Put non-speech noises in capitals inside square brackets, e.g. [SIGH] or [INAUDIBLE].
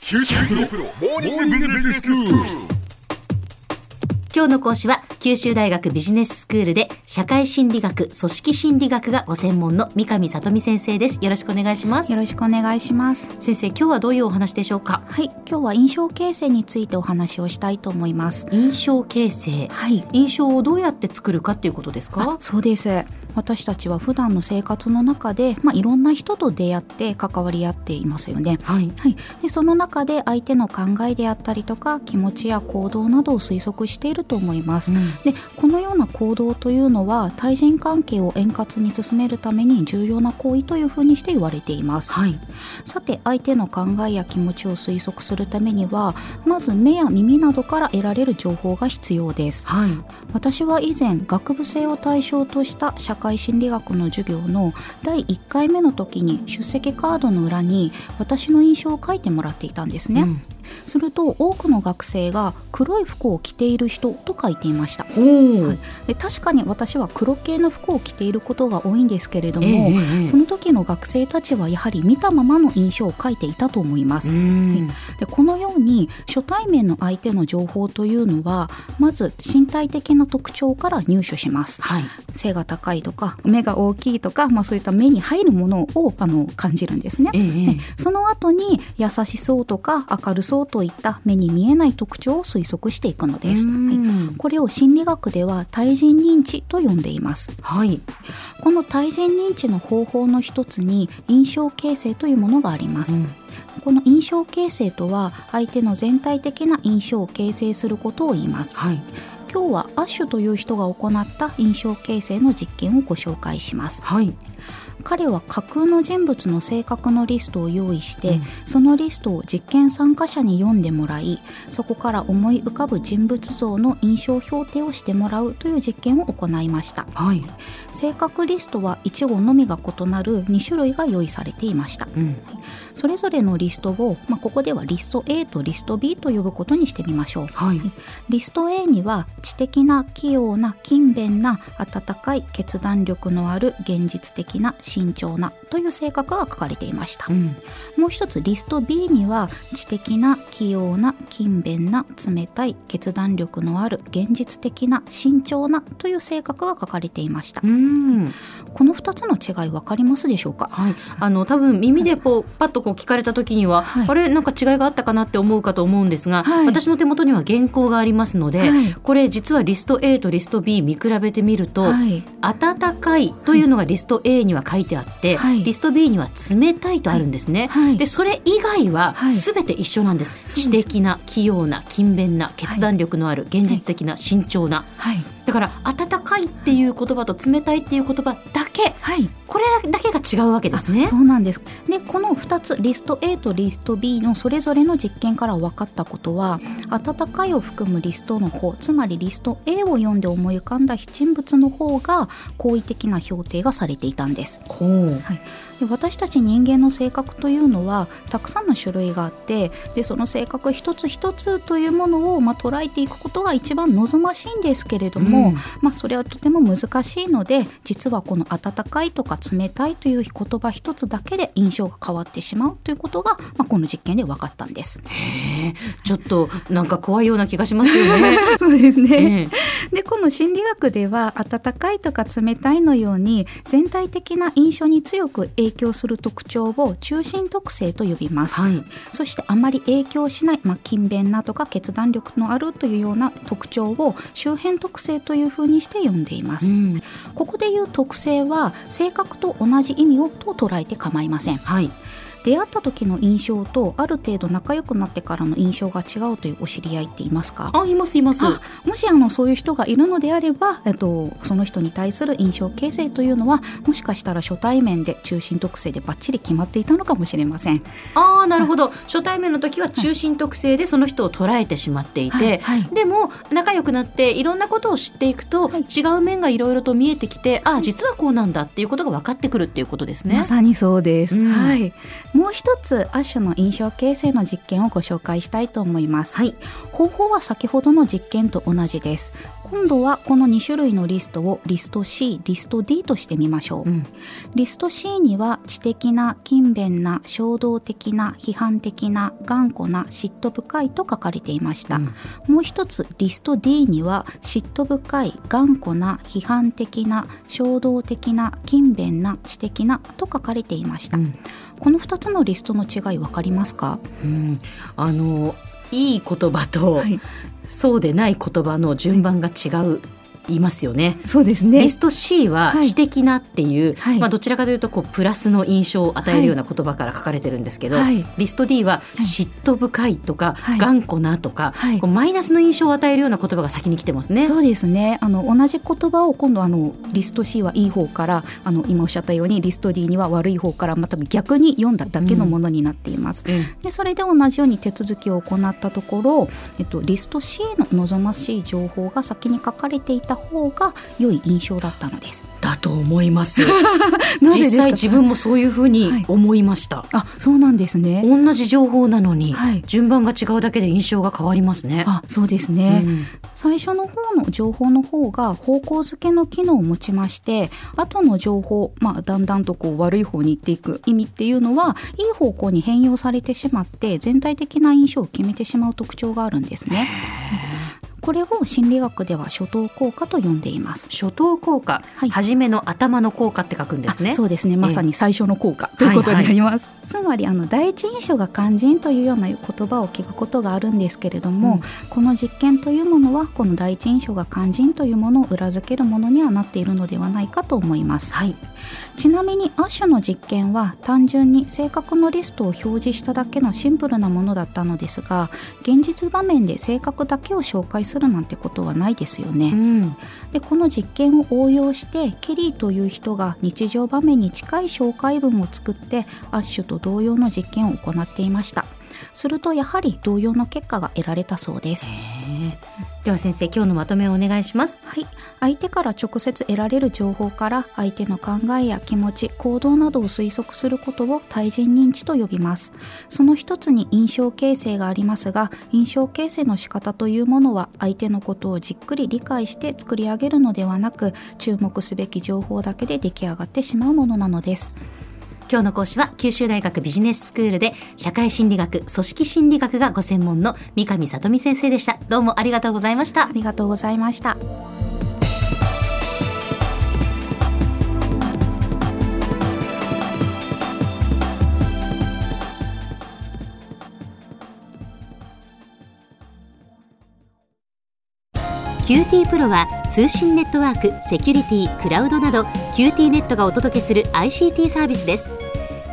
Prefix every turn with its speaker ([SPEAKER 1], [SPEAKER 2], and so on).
[SPEAKER 1] 九州大学ビジネススクール
[SPEAKER 2] 今日の講師は九州大学ビジネススクールで社会心理学組織心理学がご専門の三上里美先生ですよろしくお願いします
[SPEAKER 3] よろしくお願いします。
[SPEAKER 2] 先生今日はどういうお話でしょうか
[SPEAKER 3] はい、今日は印象形成についてお話をしたいと思います。
[SPEAKER 2] 印象形成
[SPEAKER 3] はい。
[SPEAKER 2] 印象をどうやって作るかっていうことです
[SPEAKER 3] あ
[SPEAKER 2] か
[SPEAKER 3] そうです私たちは普段の生活の中で、まあ、いろんな人と出会って関わり合っていますよね。
[SPEAKER 2] はい
[SPEAKER 3] はい、でその中で相手の考えであったりとか気持ちや行動などを推測していると思います。でこのような行動というのは対人関係を円滑に進めるために重要な行為というふうにして言われています。
[SPEAKER 2] はい
[SPEAKER 3] さて相手の考えや気持ちを推測するためにはまず目や耳などから得られる情報が必要です
[SPEAKER 2] はい
[SPEAKER 3] 私は以前学部生を対象とした社会心理学の授業の第1回目の時に出席カードの裏に私の印象を書いてもらっていたんですね、
[SPEAKER 2] うん
[SPEAKER 3] すると多くの学生が黒い服を着ている人と書いていました
[SPEAKER 2] ほう、
[SPEAKER 3] はいで確かに私は黒系の服を着ていることが多いんですけれど
[SPEAKER 2] え
[SPEAKER 3] も、
[SPEAKER 2] えええ
[SPEAKER 3] その時の学生たちはやはり見たままの印象を書いていたと思います。
[SPEAKER 2] うん
[SPEAKER 3] でこのように初対面の相手の情報というのはまず身体的な特徴から入手します。
[SPEAKER 2] はい
[SPEAKER 3] 背が高いとか目が大きいとか、まあ、そういった目に入るものをあの感じるんですね。
[SPEAKER 2] ええええ
[SPEAKER 3] でその後に優しそうとか明るそうといった目に見えない特徴を推測していくのです。
[SPEAKER 2] う
[SPEAKER 3] はい
[SPEAKER 2] ん
[SPEAKER 3] これを心理学では対人認知と呼んでいます。
[SPEAKER 2] はい
[SPEAKER 3] この対人認知の方法の一つに印象形成というものがあります、
[SPEAKER 2] うん
[SPEAKER 3] この印象形成とは相手の全体的な印象を形成することを言います
[SPEAKER 2] はい
[SPEAKER 3] 今日はアッシュという人が行った印象形成の実験をご紹介します
[SPEAKER 2] はい
[SPEAKER 3] 彼は架空の人物の性格のリストを用意して、
[SPEAKER 2] うん
[SPEAKER 3] そのリストを実験参加者に読んでもらいそこから思い浮かぶ人物像の印象評定をしてもらうという実験を行いました
[SPEAKER 2] はい
[SPEAKER 3] 性格リストは1号のみが異なる2種類が用意されていました
[SPEAKER 2] うん
[SPEAKER 3] それぞれのリストを、まあ、ここではリスト A とリスト B と呼ぶことにしてみましょう
[SPEAKER 2] はい
[SPEAKER 3] リスト A には知的な器用な勤勉な温かい決断力のある現実的な慎重なという性格が書かれていました
[SPEAKER 2] うん
[SPEAKER 3] もう一つリスト B には知的な器用な勤勉な冷たい決断力のある現実的な慎重なという性格が書かれていました
[SPEAKER 2] うん
[SPEAKER 3] この2つの違い分かりますでしょうか
[SPEAKER 2] はい、あの多分耳でこうパッとこう聞かれた時には、
[SPEAKER 3] はい
[SPEAKER 2] あれなんか違いがあったかなって思うかと思うんですが、
[SPEAKER 3] はい
[SPEAKER 2] 私の手元には原稿がありますので、
[SPEAKER 3] はい
[SPEAKER 2] これ実はリスト A とリスト B 見比べてみると、
[SPEAKER 3] はい、
[SPEAKER 2] 温かいというのがリスト A には書いてあって、
[SPEAKER 3] はい
[SPEAKER 2] リスト B には冷たいとあるんですね。
[SPEAKER 3] はい
[SPEAKER 2] でそれ以外は
[SPEAKER 3] はい
[SPEAKER 2] 全て一緒なんです、
[SPEAKER 3] そうです
[SPEAKER 2] 知的な器用な勤勉な決断力のある、現実的な慎重な
[SPEAKER 3] はい、
[SPEAKER 2] だから温かいっていう言葉と冷たいっていう言葉だけ
[SPEAKER 3] はい、
[SPEAKER 2] これだけが違うわけですね。
[SPEAKER 3] そうなんです。で、この2つリスト A とリスト B のそれぞれの実験から分かったことは、温かいを含むリストの方、つまりリスト A を読んで思い浮かんだ人物の方が好意的な評定がされていたんです。
[SPEAKER 2] ほう
[SPEAKER 3] で私たち人間の性格というのはたくさんの種類があってでその性格一つ一つというものを、まあ、捉えていくことが一番望ましいんですけれども、
[SPEAKER 2] うん
[SPEAKER 3] まあ、それはとても難しいので実はこの温かいとか冷たいという言葉一つだけで印象が変わってしまうということが、まあ、この実験で分かったんです。
[SPEAKER 2] ちょっとなんか怖いような気がしますよ [LAUGHS] ね。
[SPEAKER 3] [LAUGHS] そうですね、
[SPEAKER 2] ええ
[SPEAKER 3] でこの心理学では温かいとか冷たいのように全体的な印象に強く影響する特徴を中心特性と呼びます。
[SPEAKER 2] はい、
[SPEAKER 3] そしてあまり影響しない、まあ、勤勉なとか決断力のあるというような特徴を周辺特性というふうにして呼んでいます、
[SPEAKER 2] うん
[SPEAKER 3] ここでいう特性は性格と同じ意味をと捉えて構いません
[SPEAKER 2] はい、
[SPEAKER 3] 出会った時の印象とある程度仲良くなってからの印象が違うというお知り合いっていますか
[SPEAKER 2] あいますいます。
[SPEAKER 3] あもしあのそういう人がいるのであれば、えっと、その人に対する印象形成というのはもしかしたら初対面で中心特性でバッチリ決まっていたのかもしれません。
[SPEAKER 2] あーなるほど初対面の時は中心特性でその人を捉えてしまっていて、
[SPEAKER 3] はいはい
[SPEAKER 2] でも仲良くなっていろんなことを知っていくと、
[SPEAKER 3] はい
[SPEAKER 2] 違う面がいろいろと見えてきてあー実はこうなんだっていうことが分かってくるっていうことですね
[SPEAKER 3] ま。さにそうです、
[SPEAKER 2] うん
[SPEAKER 3] はい。もう一つアッシュの印象形成の実験をご紹介したいと思います。はい。方法は先ほどの実験と同じです。今度はこの2種類のリストをリスト C リスト D としてみましょう、
[SPEAKER 2] うん
[SPEAKER 3] リスト C には知的な勤勉な衝動的な批判的な頑固な嫉妬深いと書かれていました、もう一つリスト D には嫉妬深い頑固な批判的な衝動的な勤勉な知的なと書かれていました、
[SPEAKER 2] うん
[SPEAKER 3] この2つのリストの違い分かりますか、
[SPEAKER 2] うんあのいい言葉と、
[SPEAKER 3] はい
[SPEAKER 2] そうでない言葉の順番が違う、言いますよね。
[SPEAKER 3] そうです
[SPEAKER 2] リスト C は
[SPEAKER 3] はい
[SPEAKER 2] 知的なっていう、
[SPEAKER 3] はい
[SPEAKER 2] まあ、どちらかというとこうプラスの印象を与えるような言葉から書かれてるんですけど、
[SPEAKER 3] はい
[SPEAKER 2] リスト D は嫉妬深いとか、
[SPEAKER 3] はい
[SPEAKER 2] 頑固なとか、
[SPEAKER 3] はい
[SPEAKER 2] こうマイナスの印象を与えるような言葉が先に来てますね。
[SPEAKER 3] そうですねあの同じ言葉を今度あのリスト C はいい方からあの今おっしゃったようにリスト D には悪い方からまた逆に読んだだけのものになっています。
[SPEAKER 2] うん
[SPEAKER 3] でそれで同じように手続きを行ったところ、えっと、リスト C の望ましい情報が先に書かれていた方が良い印象だったのです。
[SPEAKER 2] だと思います。
[SPEAKER 3] [LAUGHS] な
[SPEAKER 2] 実際自分もそういうふうに思いました。
[SPEAKER 3] あそうなんですね。
[SPEAKER 2] 同じ情報なのに、
[SPEAKER 3] はい
[SPEAKER 2] 順番が違うだけで印象が変わりますね。
[SPEAKER 3] あそうですね、
[SPEAKER 2] うん
[SPEAKER 3] 最初の方の情報の方が方向付けの機能を持ちまして後の情報、まあ、だんだんとこう悪い方に行っていく意味っていうのはいい方向に変容されてしまって全体的な印象を決めてしまう特徴があるんですね。これを心理学では初等効果と呼んでいます。
[SPEAKER 2] 初等効果、
[SPEAKER 3] はい
[SPEAKER 2] 初めの頭の効果って書くんですね。
[SPEAKER 3] あそうですねまさに最初の効果、ということになります、つまりあの第一印象が肝心というような言葉を聞くことがあるんですけれども、
[SPEAKER 2] うん
[SPEAKER 3] この実験というものはこの第一印象が肝心というものを裏付けるものにはなっているのではないかと思います、
[SPEAKER 2] はい、
[SPEAKER 3] ちなみにアッシュの実験は単純に性格のリストを表示しただけのシンプルなものだったのですが現実場面で性格だけを紹介するなんてことはないですよね、
[SPEAKER 2] うん、
[SPEAKER 3] でこの実験を応用してケリーという人が日常場面に近い紹介文を作ってアッシュと同様の実験を行っていましたするとやはり同様の結果が得られたそうです
[SPEAKER 2] では先生今日のまとめをお願いします。
[SPEAKER 3] はい、相手から直接得られる情報から相手の考えや気持ち行動などを推測することを対人認知と呼びますその一つに印象形成がありますが印象形成の仕方というものは相手のことをじっくり理解して作り上げるのではなく注目すべき情報だけで出来上がってしまうものなのです
[SPEAKER 2] 今日の講師は九州大学ビジネススクールで社会心理学組織心理学がご専門の三上里美先生でした。どうもありがとうございました
[SPEAKER 3] あ。りがとうございました
[SPEAKER 2] QT プロは通信ネットワーク、セキュリティ、クラウドなど QT ネットがお届けする ICT サービスです